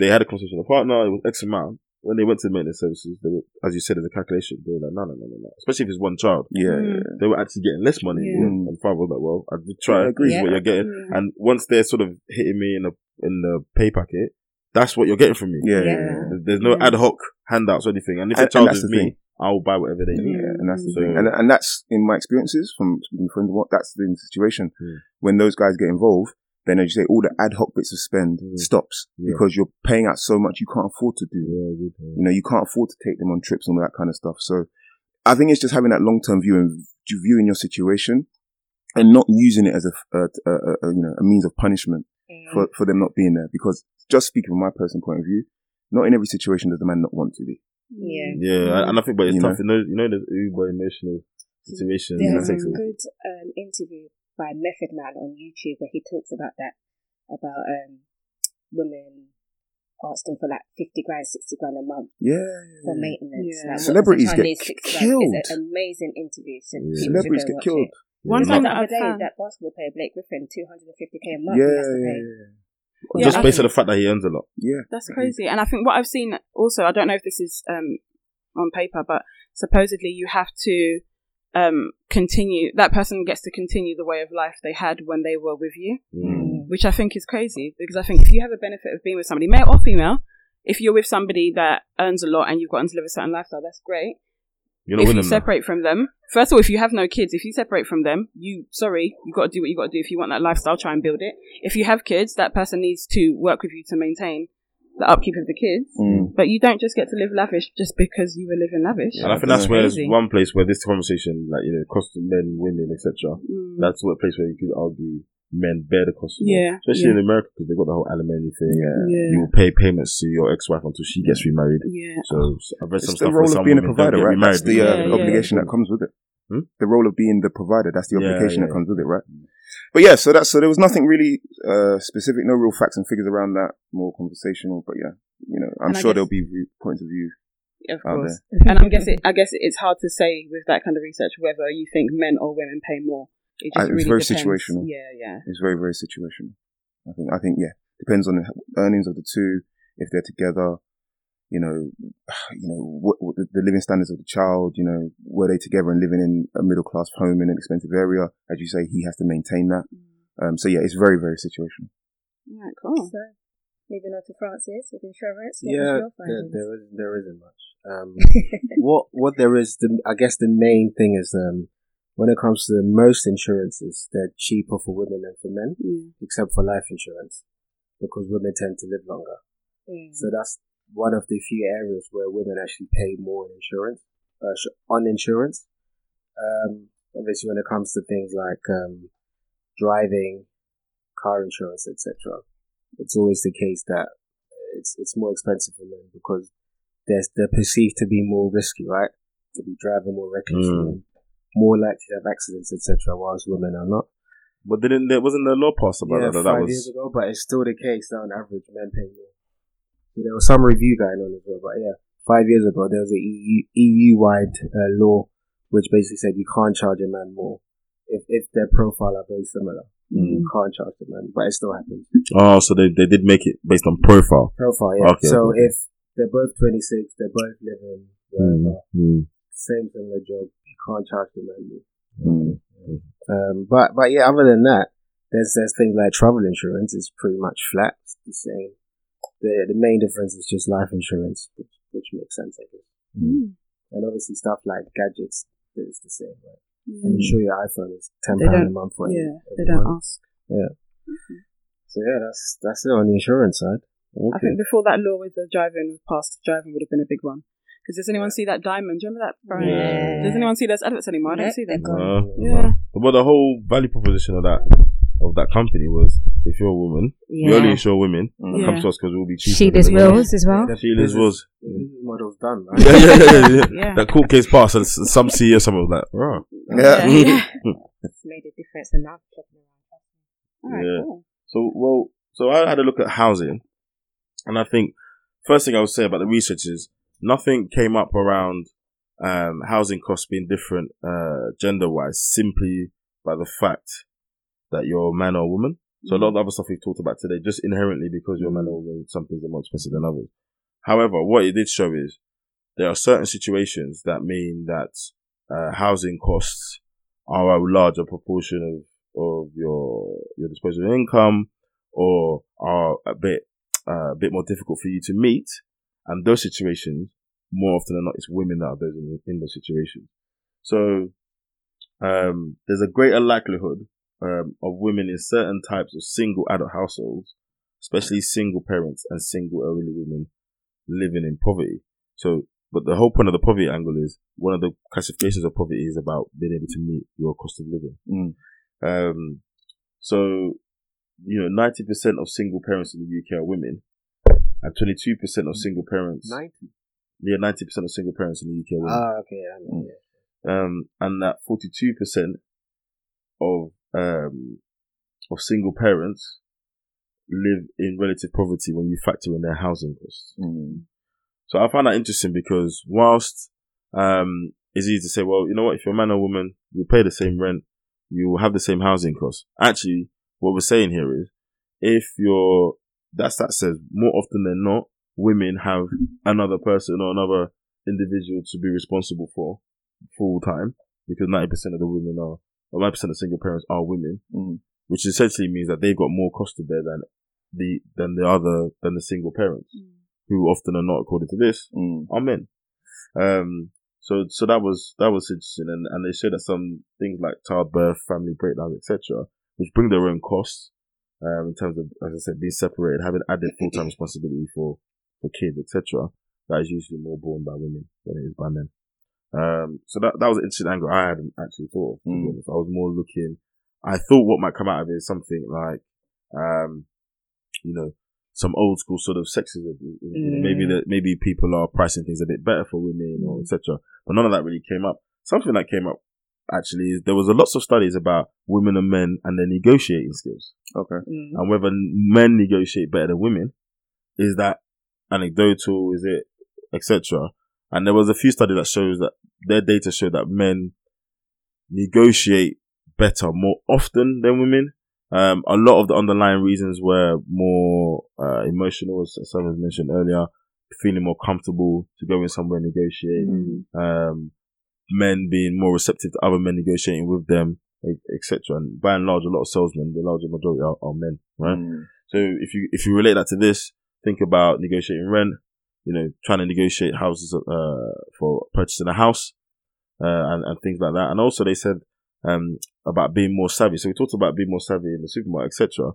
they had a conversation with a partner, it was X amount. When they went to the maintenance services, they were, as you said, as a calculation, they were like, no, no, no, no, no. Especially if it's one child. Yeah, Mm. yeah, They were actually getting less money. Yeah. Mm. And father was like, well, I did try. Yeah, I agree. This is what you're getting. Yeah. And once they're sort of hitting me in the, in the pay packet, that's what you're getting from me. yeah, yeah, Yeah. yeah. There's no Yeah. ad hoc handouts or anything. And if a And- child and that's is the me, thing. I'll buy whatever they need. Yeah, and that's the So- thing. And, uh, and that's in my experiences from speaking to friends. What that's the situation Mm. when those guys get involved. Then as you say, all the ad hoc bits of spend Mm. stops Yeah. because you're paying out so much you can't afford to do. Yeah, good. You know, you can't afford to take them on trips and all that kind of stuff. So I think it's just having that long term view and viewing your situation and not using it as a, f- a- a- a- a, you know a means of punishment Mm. Mm. for for them not being there. Because just speaking from my personal point of view, not in every situation does the man not want to be. Yeah. Yeah, and I think, but it's You tough. You know, you know, there's uber emotional situations. There Yeah. was a Takes a, good um, interview by Method Man on YouTube where he talks about that, about um, women asking for like 50 grand, 60 grand a month Yeah, for maintenance. Yeah. Like, what Celebrities does a man get need? Six grand. It's an amazing interview. So Yeah. people should celebrities go get watch killed. it. One I thing saw that the I other day found. that basketball player Blake Griffin, 250k a Yeah, month he has to yeah, pay. Yeah, just I based think- on the fact that he earns a lot. yeah, That's crazy. And I think what I've seen also, I don't know if this is um, on paper, but supposedly you have to um, continue, that person gets to continue the way of life they had when they were with you, Mm. which I think is crazy because I think if you have a benefit of being with somebody, male or female, if you're with somebody that earns a lot and you've gotten to live a certain lifestyle, that's great. You're not If you winning. Separate- separate from them, first of all, if you have no kids, if you separate from them, you, sorry, you got to do what you got to do. If you want that lifestyle, try and build it. If you have kids, that person needs to work with you to maintain the upkeep of the kids. Mm. But you don't just get to live lavish just because you were living lavish. and I think that's where there's Crazy. one place where this conversation, like you know, cost of men, women, etc. Mm. That's what place where you could argue men bear the cost. more. Yeah, especially yeah. in America because they've got the whole alimony thing. Yeah. you will pay payments to your ex-wife until she gets remarried. yeah. So so I've read some stuff It's the where role some of being a women don't provider, get right? remarried That's the uh, because- Yeah, yeah. obligation that comes with it. Hmm? The role of being the provider. That's the Yeah, obligation yeah. Hmm. that comes with it, right? But yeah, so that's so there was nothing really uh, specific, no real facts and figures around that, more conversational. But yeah, you know, I'm And I sure guess- there'll be re- points of view of out course. and I'm guessing, I guess it's hard to say with that kind of research whether you think men or women pay more. It Uh, just it's really very depends. situational. Yeah, yeah. It's very, very situational. I think, I think, yeah, depends on the earnings of the two, if they're together, you know, you know, what, what the, the living standards of the child, you know, were they together and living in a middle class home in an expensive area? As you say, he has to maintain that. Um, so yeah, it's very, very situational. Right, Oh. cool. So, moving on to Francis with insurance. What yeah, was your there, findings? there, is, there isn't much. Um, what what there is, the, I guess the main thing is um, when it comes to most insurances, they're cheaper for women than for men, Mm. except for life insurance, because women tend to live longer. Mm. So that's one of the few areas where women actually pay more in insurance, uh, sh- on insurance. Um, obviously, when it comes to things like um, driving, car insurance, etc., it's always the case that it's it's more expensive for men because there's they're perceived to be more risky, right? To be driving more recklessly, Mm. and more likely to have accidents, etc., whilst women are not. But didn't there wasn't there a law passed about yeah, that? that? That five years was ago, but it's still the case that on average men pay more. There was some review going on as well, but yeah, five years ago there was a E EU EU wide uh, law which basically said you can't charge a man more if if their profile are very similar. You can't charge a man, but it still happens. Mm. oh, so they, they did make it based on profile. Profile, yeah. Okay, so okay. if they're both twenty six, they're both living wherever, Mm. same similar job, you can't charge a man more. Mm. Um, but but yeah, other than that, there's there's things like travel insurance is pretty much flat, it's the same. The the main difference is just life insurance, which which makes sense, I guess. Mm. And obviously stuff like gadgets is the same. Right? I'm sure your iPhone is ten They pound a don't- month for Yeah, every they don't month. ask. So yeah, that's that's it on the insurance side. I think before that law with the driving past driving would have been a big one. Because does anyone see that diamond? Do you remember that? Brian? Yeah. Does anyone see those adverts anymore? I don't Nope, see they're them. gone. Uh, Yeah. But the whole value proposition of that of that company was if you're a woman, we only insure women. Yeah. Come to us because we'll be cheaper. She than does the women. wills as well. She does wills. The business model's done, right? yeah, yeah, yeah, yeah. Yeah. That court case passed, and s- some CEO, some was like, oh, Yeah. Yeah. It's made a difference and now talking about All right, Yeah. cool. So, well, so I had a look at housing, and I think first thing I would say about the research is nothing came up around um, housing costs being different uh, gender wise simply by the fact that you're a man or a woman. So a lot of the other stuff we've talked about today, just inherently because you're a man or a woman, some things are more expensive than others. However, what it did show is there are certain situations that mean that uh, housing costs are a larger proportion of of your your disposable income or are a bit uh, a bit more difficult for you to meet and those situations more often than not it's women that are those in, in those situations so um, there's a greater likelihood um, of women in certain types of single adult households especially single parents and single elderly women living in poverty so but the whole point of the poverty angle is one of the classifications of poverty is about being able to meet your cost of living um, so, you know, 90% of single parents in the UK are women, and 22% of single parents, Ninety. yeah, 90% of single parents in the UK are women. Ah, okay, I know, yeah. um, and that 42% of, um, of single parents live in relative poverty when you factor in their housing costs. Mm. So I find that interesting because whilst um, it's easy to say, well, you know what, if you're a man or woman, you'll pay the same rent, you'll have the same housing costs. Actually, what we're saying here is, if you're that's that says more often than not, women have another person or another individual to be responsible for full time because ninety percent of the women are or ninety percent of single parents are women, Mm. which essentially means that they've got more cost to bear than the than the other than the single parents who often are not according to this are men. Um, so so that was that was interesting, and, and they showed that some things like childbirth, family breakdowns, etc., which bring their own costs um, in terms of, as I said, being separated, having added full time responsibility for for kids, etc. That is usually more borne by women than it is by men. Um, so that that was an interesting angle I hadn't actually thought of. To be Mm. honest. I was more looking. I thought what might come out of it is something like, um, you know, some old school sort of sexism. You know, Maybe that maybe people are pricing things a bit better for women or etc. But none of that really came up. Something that came up actually is there was a lots of studies about women and men and their negotiating skills Okay. Mm. and whether men negotiate better than women is that anecdotal is it etc And there was a few studies that shows that their data show that men negotiate better more often than women. Um, a lot of the underlying reasons were more uh, emotional, as someone mentioned earlier, feeling more comfortable to go in somewhere and negotiate. Mm. Mm. Um, men being more receptive to other men negotiating with them, etc. And by and large, a lot of salesmen, the larger majority are, are men, right? So if you if you relate that to this, think about negotiating rent. You know, trying to negotiate houses uh, for purchasing a house uh, and, and things like that. And also, they said um, about being more savvy. So we talked about being more savvy in the supermarket, etc.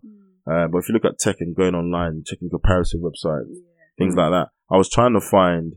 Uh, but if you look at tech and going online, checking comparison websites, things like that, I was trying to find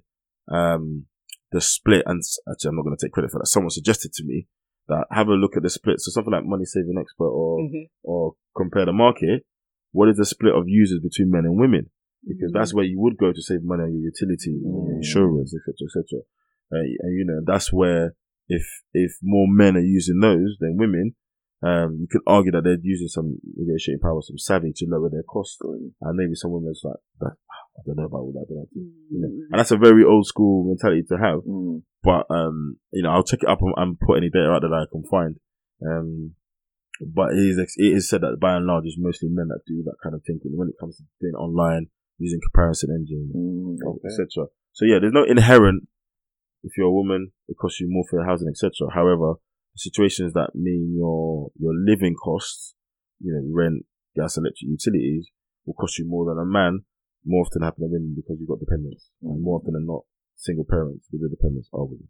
um, the split. And s- actually, I'm not going to take credit for that. Someone suggested to me that have a look at the split. So something like Money Saving Expert or Mhm. or compare the market. What is the split of users between men and women? Because that's where you would go to save money on your utility, on your insurance, etc., etc. Uh, and you know that's where if if more men are using those than women, um, you could argue that they're using some negotiating power, some savvy to lower their cost, and maybe some women's like, that, I don't know about all that, I don't know. you know. and that's a very old school mentality to have. But um, you know, I'll check it up and, and put any data out that I can find. Um, but it is ex- it is said that by and large, it's mostly men that do that kind of thinking when it comes to doing online using comparison engine Mm. etc. So yeah, there's no inherent. If you're a woman, it costs you more for your housing, etc. However, situations that mean your your living costs, you know, rent, gas, electric, utilities, will cost you more than a man. More often happen to women because you've got dependents, and more often than not, single parents with the dependents are women.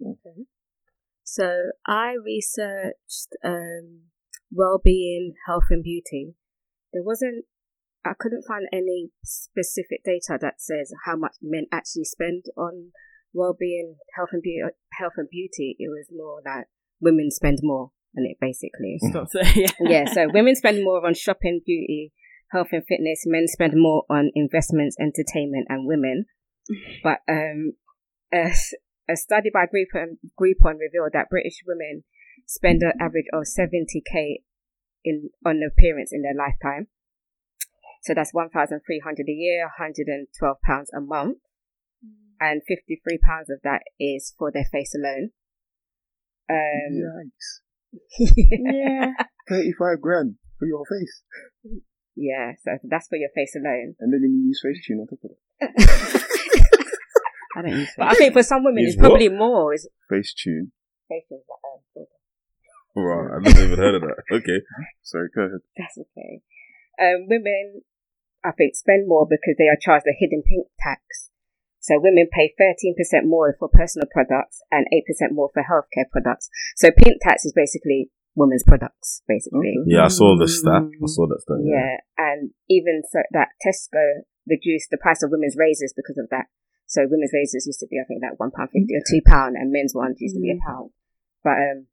Okay. So I researched um, well-being, health, and beauty. There wasn't. I couldn't find any specific data that says how much men actually spend on well-being, health, and beauty. Health and beauty. It was more like women spend more on it, basically. Stop saying- yeah. So women spend more on shopping, beauty, health, and fitness. Men spend more on investments, entertainment, and women. But um, a, a study by Groupon, Groupon revealed that British women spend an average of 70k in on appearance in their lifetime. So that's 1,300 a year, 112 pounds a month, and 53 pounds of that is for their face alone. Um, Yikes. yeah. 35 grand for your face. yeah, so that's for your face alone. And then you use face tune on top of that. I don't use But I think for some women, Use it's probably more. It's Face tune. faces that are important. Right, I've never even heard of that. Okay, Sorry, go ahead. That's okay. Um, women, I think, spend more because they are charged a hidden pink tax. So women pay 13% more for personal products and 8% more for healthcare products. So pink tax is basically women's products, basically. yeah, I saw the stat. I saw that stat. Yeah, Yeah, and even so that Tesco reduced the price of women's razors because of that. So women's razors used to be, I think, like one pound fifty or two pound, and men's ones used to be a pound. But um,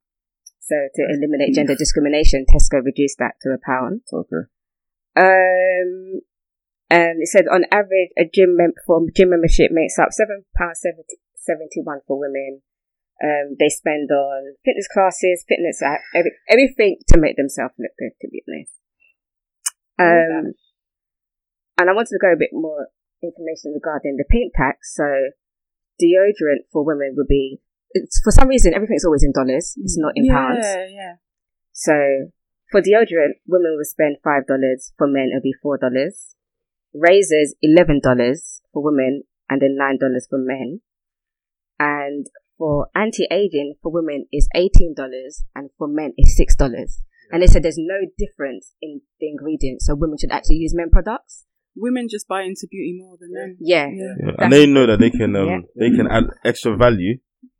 so to eliminate gender discrimination, Tesco reduced that to a pound. Okay. Um, and it said on average, a gym mem- for gym membership makes up seven pound seventy seventy one for women. Um, they spend on fitness classes, fitness, app, every, everything to make themselves look good. To be honest, um, and I wanted to go a bit more information regarding the paint tax. So, deodorant for women would be it's, for some reason everything's always in dollars. It's not in pounds. Yeah, yeah. So for deodorant, women will spend five dollars. For men, it'll be four dollars. Razors, eleven dollars for women, and then nine dollars for men. And for anti-aging for women is eighteen dollars, and for men is six dollars. And they said there's no difference in the ingredients, so women should actually use men products. Women just buy into beauty more than men. Yeah, Yeah, That's- and they know that they can um, Yeah. they can add extra value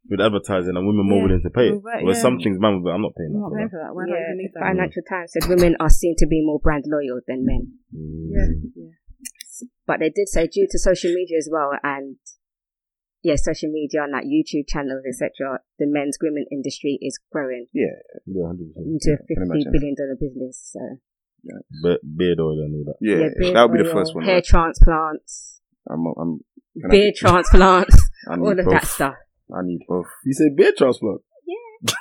with advertising, and women more Yeah. willing to pay it. Right, Whereas yeah. some things, man, will be like, I'm not paying. that I'm not for paying that. for that. Why do yeah. not even need The that? Financial Times said women are seen to be more brand loyal than men. Mm, Yeah. but they did say due to social media as well and yeah, social media and like YouTube channels, etc. The men's grooming industry is growing Yeah, hundred percent. into a can fifty imagine. billion dollar business. So Be- beard oil and all that. Yeah, beard that'll be the oil, first one. Hair right? transplants, I'm, I'm, can I- beard transplants, I need all of both. that stuff. I need both. You say beard transplant? Yeah.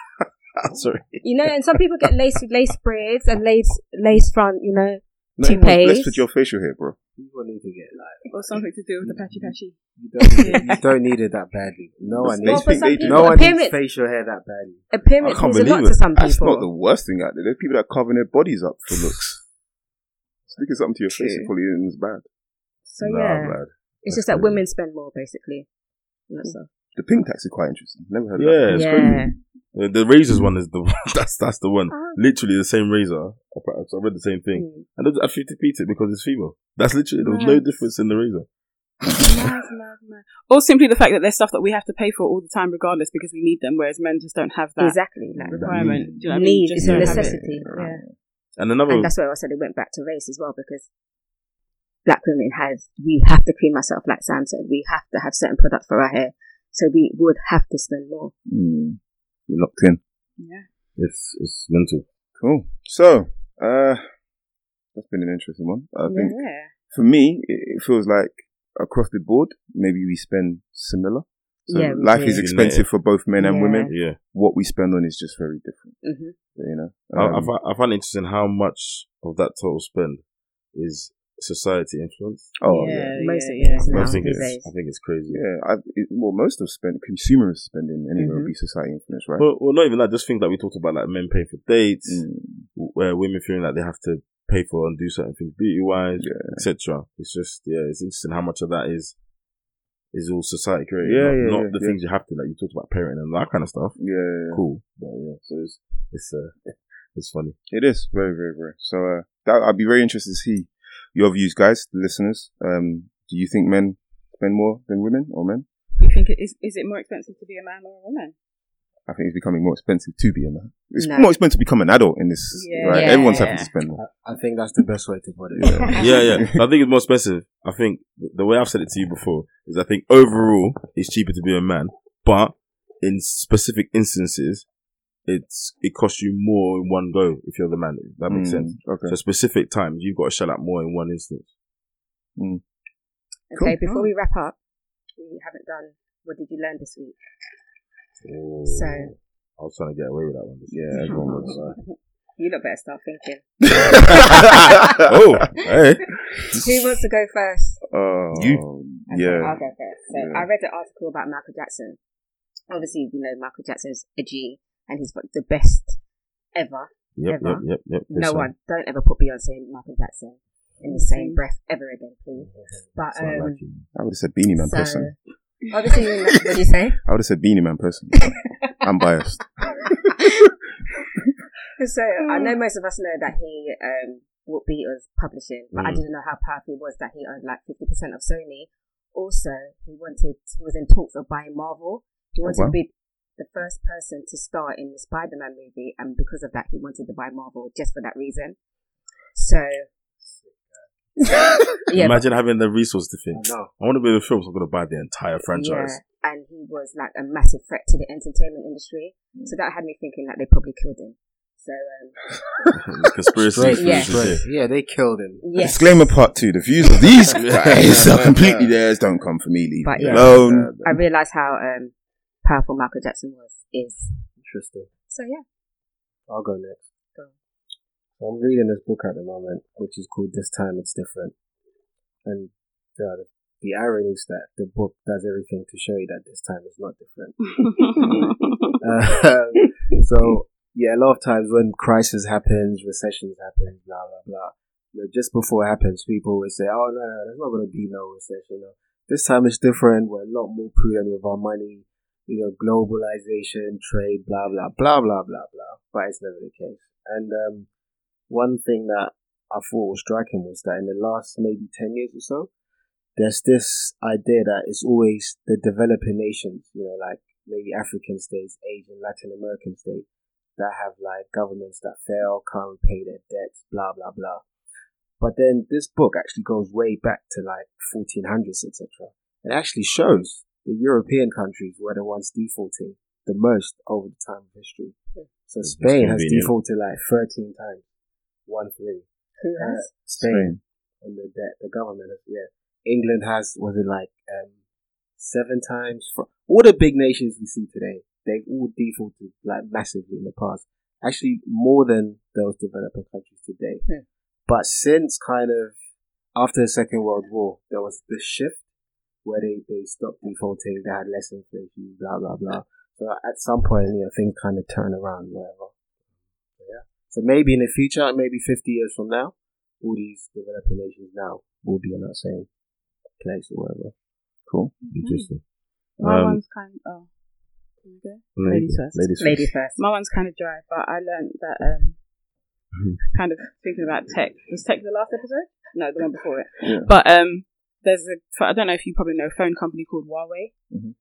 Sorry. You know, and some people get lace lace braids and lace lace front. You know, No, everyone's Toupees. blessed with your facial hair, bro. You will need to get like or something to do with the Mm. patchy patchy. You don't, need it. you don't need it that badly. No one Well, They needs. for think some they do. people, No one needs appearance, facial hair that badly. appearance I means a can't lot to believe it. some That's people. not the worst thing out there. There's people that are covering their bodies up for looks. Sticking something to your face True. is probably isn't as bad. so Nah, yeah, man. it's just That's that crazy. women spend more basically. That's all. The pink tax is quite interesting. Never heard Yeah, of it's that. yeah. Uh, The, the razors one is the that's that's the one. Ah. Literally the same razor. I, pr- I read the same thing, Mm. Hmm. and I actually beat it because it's female. That's literally there was no Nice. difference in the razor. mad, mad, mad. Or simply the fact that there's stuff that we have to pay for all the time, regardless, because we need them, whereas men just don't have that Exactly. Like requirement. Do you know what I mean? need is Just a don't have it. necessity. Yeah. And another And that's where I said it went back to race as well because black women had we have to cream ourselves, like Sam said, we have to have certain products for our hair, so we would have to spend more. Mm. You're locked in. Yeah. it's it's mental. Cool. So, uh, that's been an interesting one. I think Yeah. for me, it, it feels like across the board, maybe we spend similar. So Yeah, we life do. is expensive for both men and Yeah. women. Yeah, What we spend on is just very different. hmm You know, I, I, Um, fi- I find it interesting how much of that total spend is society influence. oh yeah, most yeah, of it is yeah. now I think these it's days. I think it's crazy. Yeah, I, it, well, most of spend consumer spending anyway Mm-hmm. will be society influence, right? Well, well, not even that. Just things like we talked about, like men paying for dates, Mm. where women feeling like they have to pay for and do certain things beauty wise, Yeah. etc. It's just yeah, it's interesting how much of that is is all society created. Yeah, not, yeah, not yeah, the yeah. things you have to like. You talked about parenting and that kind of stuff. yeah, Cool, but yeah, so it's it's uh, it's funny. it is very, very, very. So uh, that I'd be very interested to see your views, guys, the listeners. Um, do you think men spend more than women or men? You think it is, is it more expensive to be a man or a woman? I think it's becoming more expensive to be a man. It's No. more expensive to become an adult in this. Yeah. Right, everyone's Yeah. having to spend more. I think that's the best way to put it. yeah, yeah. I think it's more expensive. I think th- the way I've said it to you before is I think overall it's cheaper to be a man, but in specific instances, it's it costs you more in one go if you're the man. If that Hmm. makes Mm, sense. Okay. So specific times, you've got to shell out more in one instance. Okay, before we wrap up, we haven't done what did you learn this week? So- Oh. I was trying to get away with that one. Yeah, everyone was. You lot better start thinking. oh, hey. Who wants to go first? Oh, You- Okay, Yeah. I'll go first. So Yeah. I read an article about Michael Jackson. Obviously, you know Michael Jackson's a G and he's got the best ever. Yep, yep, yep, yep. no one. Don't ever put Beyonce and Michael Jackson in the same breath ever again, please. But um, I would have said Beanie Man so person. obviously, you know- what do you say? I would have said Beanie Man person. I'm biased. So I know most of us know that he um bought Beatles publishing, but I Mm. didn't know how powerful it was that he owned like fifty percent of Sony. Also, he wanted he was in talks of buying Marvel. He wanted wow. to be the first person to star in the Spider Man movie and because of that he wanted to buy Marvel just for that reason. So yeah, Imagine having the resource to think. No. I want to be in the film, so I'm going to buy the entire franchise. Yeah, and he was like a massive threat to the entertainment industry. So that had me thinking that they probably killed him. So um, Conspiracy. Straight, Yeah. straight. Yeah, they killed him. yes, Disclaimer part two. The views of these guys are completely theirs. Don't come for me. Leave But me yeah. alone. I realised how um, powerful Michael Jackson was. Is Interesting. so yeah. I'll go next. Go. So I'm reading this book at the moment, which is called This Time It's Different. And uh, the irony is that the book does everything to show you that this time it's not different. Uh, so yeah, a lot of times when crisis happens, recessions happen, blah blah blah. You know, just before it happens, people will say, "Oh no, no there's not going to be no recession. No. This time it's different. We're a lot more prudent with our money. You know, globalization, trade, blah blah blah blah blah blah." But it's never the case. And um, one thing that I thought was striking was that in the last maybe ten years or so, there's this idea that it's always the developing nations, you know, like maybe African states, Asian, Latin American states that have like governments that fail, can't repay their debts, blah blah blah. But then this book actually goes way back to like 1400s, etc. It actually shows the European countries were the ones defaulting the most over the time of history. So That's Spain has convenient. defaulted like 13 times, one three. Who Uh, has? Spain on the debt, the government. has- Yeah, England has was it like um, seven times? For, all the big nations we see today, they've all defaulted like massively in the past. Actually, more than those developing countries today. Hmm. But since kind of after the Second World War, there was this shift where they, they stopped defaulting, they had less inflation, blah, blah, blah. So at some point, you know, things kind of turn around, whatever. Yeah. So maybe in the future, maybe 50 years from now, all these developing nations now will be in that same place or whatever. Cool. Hmm. Interesting. Um, My one's kind of. Oh. Can we go? Lady- Ladies first. Ladies Lady first. first. My one's kind of dry, but I learned that um, kind of thinking about tech. Was tech the last episode? No, the one before it. Yeah. But um, there's a I don't know if you probably know a phone company called Huawei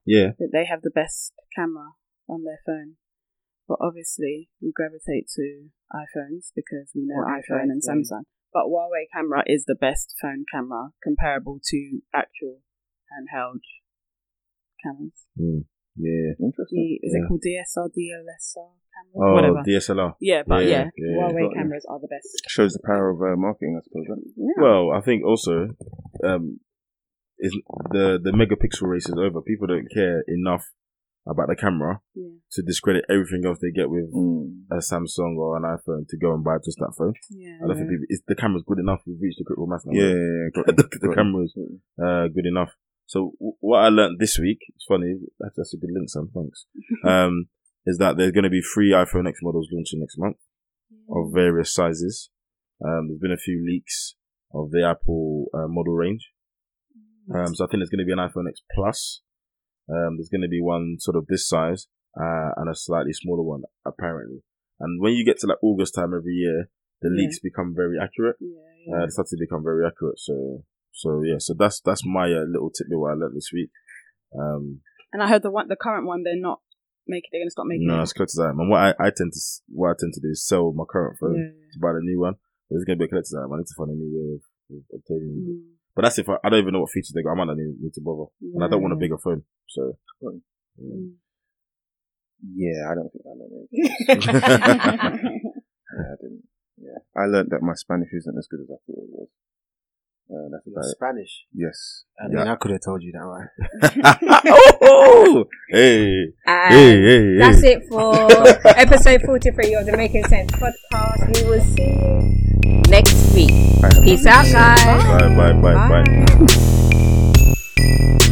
Yeah. that they have the best camera on their phone. But obviously, we gravitate to iPhones because we know Or iPhone and iPhones, yeah. Samsung. But Huawei camera is the best phone camera comparable to actual handheld cameras. Yeah. D, Interesting. is Yeah. it called DSR, DLSR camera? Oh, Whatever. DSLR. Yeah, but Yeah, yeah, yeah, yeah. Huawei Got you. cameras are the best. Shows the power of uh, marketing, I suppose. Right? Yeah. Well, I think also, um, is the the megapixel race is over. People don't care enough about the camera Yeah. to discredit everything else they get with Mm. a Samsung or an iPhone to go and buy just that phone. yeah. I don't think people. It's, the camera's good enough. We've reached the critical mass now. Yeah, yeah, yeah. Got the, you, the got you. camera's uh, good enough. So w- what I learnt this week, it's funny. That's, that's a good link, Sam. Thanks. Um, is that there's going to be three iPhone X models launching next month of various sizes. Um, there's been a few leaks of the Apple uh, model range. Um, so I think there's going to be an iPhone X Plus. Um, there's going to be one sort of this size uh, and a slightly smaller one, apparently. And when you get to like August time every year, the Yeah. leaks become very accurate. Yeah, yeah. Uh, they start to become very accurate. So, so yeah. So that's that's my uh, little tidbit what I learnt this week. Um, and I heard the one, the current one, they're not making. They're going to stop making. no, it. as close as I am. And what I, I tend to s- what I tend to do is sell my current phone Hmm. Yeah. to buy the new one. There's gonna be a collector's item. I need to find a new way of, of obtaining it. Mm. But that's if I, I don't even know what features they got. I might not need, need to bother, and I don't want a Yeah. bigger phone. So Mm. Yeah, I don't think I learned it. Yeah. Yeah, I didn't. Yeah, I learned that my Spanish isn't as good as I thought it was. Uh, that's about it. Spanish. Yes. I mean, I could have told you that, right? oh, hey, And hey, hey, that's hey. it for episode 43 of the Making Sense podcast. We will see you next week. Peace out, guys. Bye, bye, bye, bye. Bye.